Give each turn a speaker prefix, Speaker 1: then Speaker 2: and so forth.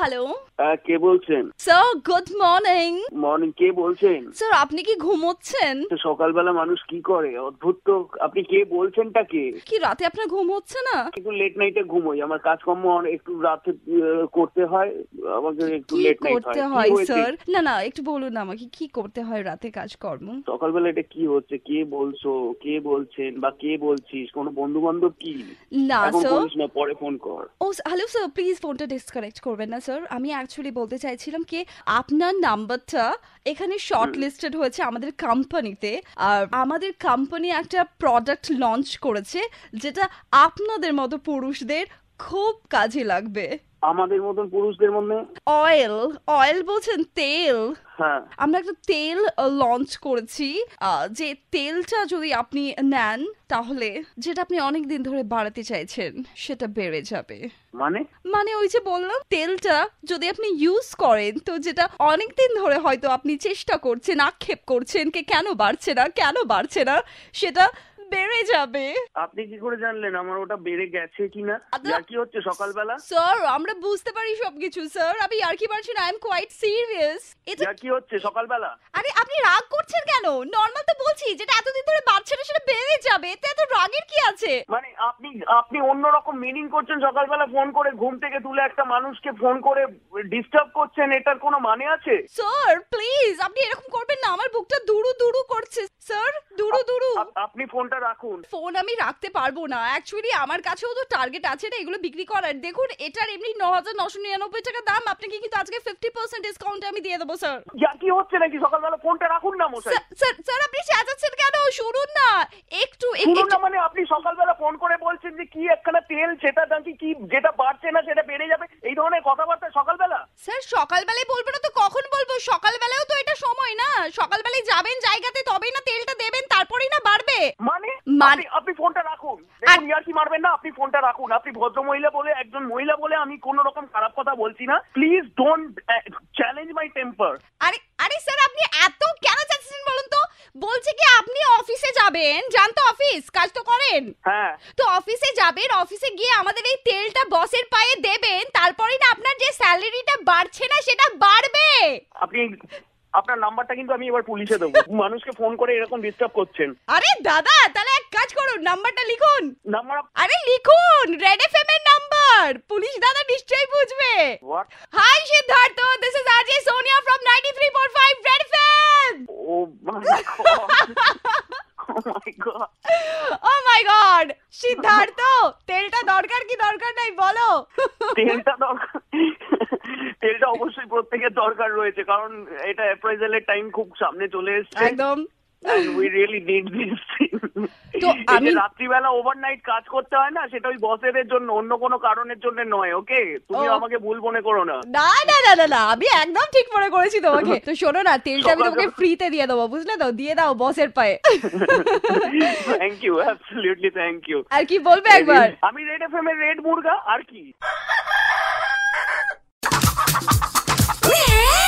Speaker 1: Hello
Speaker 2: আহ, কে বলছেন
Speaker 1: স্যার গুড মর্নিং
Speaker 2: মর্নিং কে বলছেন
Speaker 1: স্যার আপনি কি ঘুমোচ্ছেন
Speaker 2: তো সকালবেলা মানুষ কি করে অদ্ভুত তো আপনি কে বলছেনটা কে
Speaker 1: কি রাতে আপনার ঘুম হচ্ছে না
Speaker 2: একটু লেট নাইটে ঘুমোই আমার কাজকর্ম অনে- একটু রাতে আহ, করতে হয় আমাকে একটু
Speaker 1: কি
Speaker 2: লেট নাইট
Speaker 1: করতে
Speaker 2: হয়
Speaker 1: হয়
Speaker 2: কি হয়েছে?
Speaker 1: স্যার না না একটু বলুন আমাকে কি করতে হয় রাতে কাজকর্ম
Speaker 2: সকালবেলা এটা কি হচ্ছে কে বলছো কে বলছেন বা কে বলছিস কোনো বন্ধু বান্ধব কি
Speaker 1: না
Speaker 2: এখন
Speaker 1: স্যার
Speaker 2: বলিস না পরে ফোন কর
Speaker 1: ও হ্যালো স্যার প্লিজ ফোনটা ডিসকানেক্ট করবেন না স্যার আমি অ্যাকচুয়ালি বলতে চাইছিলাম কি আপনার নাম্বারটা এখানে শর্ট লিস্টেড হয়েছে আমাদের কোম্পানিতে আর আমাদের কোম্পানি একটা প্রোডাক্ট লঞ্চ করেছে যেটা আপনাদের মতো পুরুষদের খুব কাজে লাগবে
Speaker 2: আমাদের মতন পুরুষদের মধ্যে
Speaker 1: অয়েল অয়েল বলছেন তেল
Speaker 2: হ্যাঁ
Speaker 1: আমরা একটা তেল লঞ্চ করেছি আহ, যে তেলটা যদি আপনি নেন তাহলে যেটা আপনি অনেক দিন ধরে বাড়াতে চাইছেন সেটা বেড়ে যাবে
Speaker 2: মানে
Speaker 1: মানে ওই যে বললাম তেলটা যদি আপনি ইউজ করেন তো যেটা অনেক দিন ধরে হয়তো আপনি চেষ্টা করছেন আক্ষেপ করছেন কে কেন বাড়ছে না কেন বাড়ছে না সেটা বেড়ে যাবে
Speaker 2: আপনি কি করে জানলেন আমার ওটা বেড়ে গেছে কিনা
Speaker 1: আদা-
Speaker 2: আর কি হচ্ছে সকালবেলা
Speaker 1: স্যার আমরা বুঝতে পারি সবকিছু স্যার আমি আর কি পারছি না আই এম কোয়াইট সিরিয়াস এটা
Speaker 2: যা কি হচ্ছে সকালবেলা
Speaker 1: আরে আপনি রাগ করছেন কেন নর্মাল তো বলছি যেটা এতদিন ধরে বাড়ছে না সেটা বেড়ে যাবে এতে এত রাগের কি আছে
Speaker 2: মানে আপনি আপনি অন্যরকম মিনিং করছেন সকালবেলা ফোন করে ঘুম থেকে তুলে একটা মানুষকে ফোন করে ডিস্টার্ব করছেন এটার কোনো মানে আছে
Speaker 1: স্যার প্লিজ আপনি এরকম করবেন না আমার বুকটা দুরু দুরু করছে স্যার দুরু দুরু
Speaker 2: আপ- আপনি ফোনটা রাখুন
Speaker 1: ফোন আমি রাখতে পারবো না অ্যাকচুয়ালি আমার কাছেও তো টার্গেট আছে না এগুলো বিক্রি করার দেখুন এটার এমনি ন হাজার নশো নিরানব্বই টাকা দাম আপনাকে কিন্তু আজকে ফিফটি পার্সেন্ট ডিসকাউন্ট আমি দিয়ে দেবো স্যার
Speaker 2: যা কি হচ্ছে নাকি সকালবেলা ফোনটা রাখুন না মশাই
Speaker 1: স্যার স্যার আপনি সাজাচ্ছেন কেন শুনুন না একটু এক-
Speaker 2: শুনুন
Speaker 1: একটু-
Speaker 2: না মানে আপনি সকালবেলা ফোন করে বলছেন যে কি একখানা তেল সেটা নাকি কি যেটা বাড়ছে না সেটা বেড়ে যাবে এই ধরনের কথাবার্তা সকালবেলা
Speaker 1: স্যার সকালবেলায় বলবো না তো কখন বলবো সকালবেলাও তো এটা সময় না সকালবেলায় যাবেন জায়গাতে তবেই না তেলটা দেবেন তারপরেই না বাড়বে
Speaker 2: মানে
Speaker 1: মানে-
Speaker 2: আপনি- আপনি ফোনটা রাখুন দেখুন ইয়ার কি মারবেন না আপনি ফোনটা রাখুন আপনি ভদ্র মহিলা বলে একজন মহিলা বলে আমি কোনো রকম খারাপ কথা বলছি না eh, please don't challenge my temper
Speaker 1: আরে আরে স্যার আপনি এত কেন চাচ্ছেন বলুন তো বলছে কি আপনি অফিসে যাবেন যান তো অফিস কাজ তো করেন
Speaker 2: হ্যাঁ
Speaker 1: তো অফিসে যাবেন অফিসে গিয়ে আমাদের এই তেলটা বসের পায়ে দেবেন তারপরেই না আপনার যে স্যালারিটা বাড়ছে না সেটা বাড়বে
Speaker 2: আপনি আপনার নাম্বারটা কিন্তু আমি এবার পুলিশে দেবো মানুষকে ফোন করে এরকম ডিস্টার্ব করছেন
Speaker 1: আরে দাদা তাহলে এক কাজ করুন নাম্বারটা লিখুন
Speaker 2: নাম্বার
Speaker 1: আরে লিখুন রেড এফএম এর নাম্বার পুলিশ দাদা নিশ্চয়ই বুঝবে
Speaker 2: what
Speaker 1: hi Siddharth this is RJ Sonia from 93.5 red FM
Speaker 2: oh my god oh my god
Speaker 1: oh my god Oh Siddharth তেলটা দরকার কি দরকার নাই বলো
Speaker 2: তেলটা দরকার তেলটা অবশ্যই প্রত্যেকের দরকার রয়েছে কারণ এটা অ্যাপ্রাইজালের টাইম খুব সামনে চলে এসেছে
Speaker 1: একদম
Speaker 2: and we really need this thing.
Speaker 1: তো
Speaker 2: এই যে
Speaker 1: আমি-
Speaker 2: রাত্রিবেলা ওভারনাইট কাজ করতে হয় না সেটা ওই বসেদের জন্য অন্য কোনো কারণের জন্য নয় ওকে তুমি
Speaker 1: ও।
Speaker 2: আমাকে ভুল মনে করো না
Speaker 1: না না না না না আমি একদম ঠিক মনে করেছি তোমাকে তো শোনো না তেলটা আমি তোমাকে
Speaker 2: সকাল-
Speaker 1: ফ্রিতে দিয়ে দেবো বুঝলে তো দিয়ে দাও বসের পায়ে
Speaker 2: thank you absolutely thank you
Speaker 1: আর কি বলবে একবার
Speaker 2: আমি রেড এফএম এর রেড মুরগা আর কি
Speaker 3: Yeah.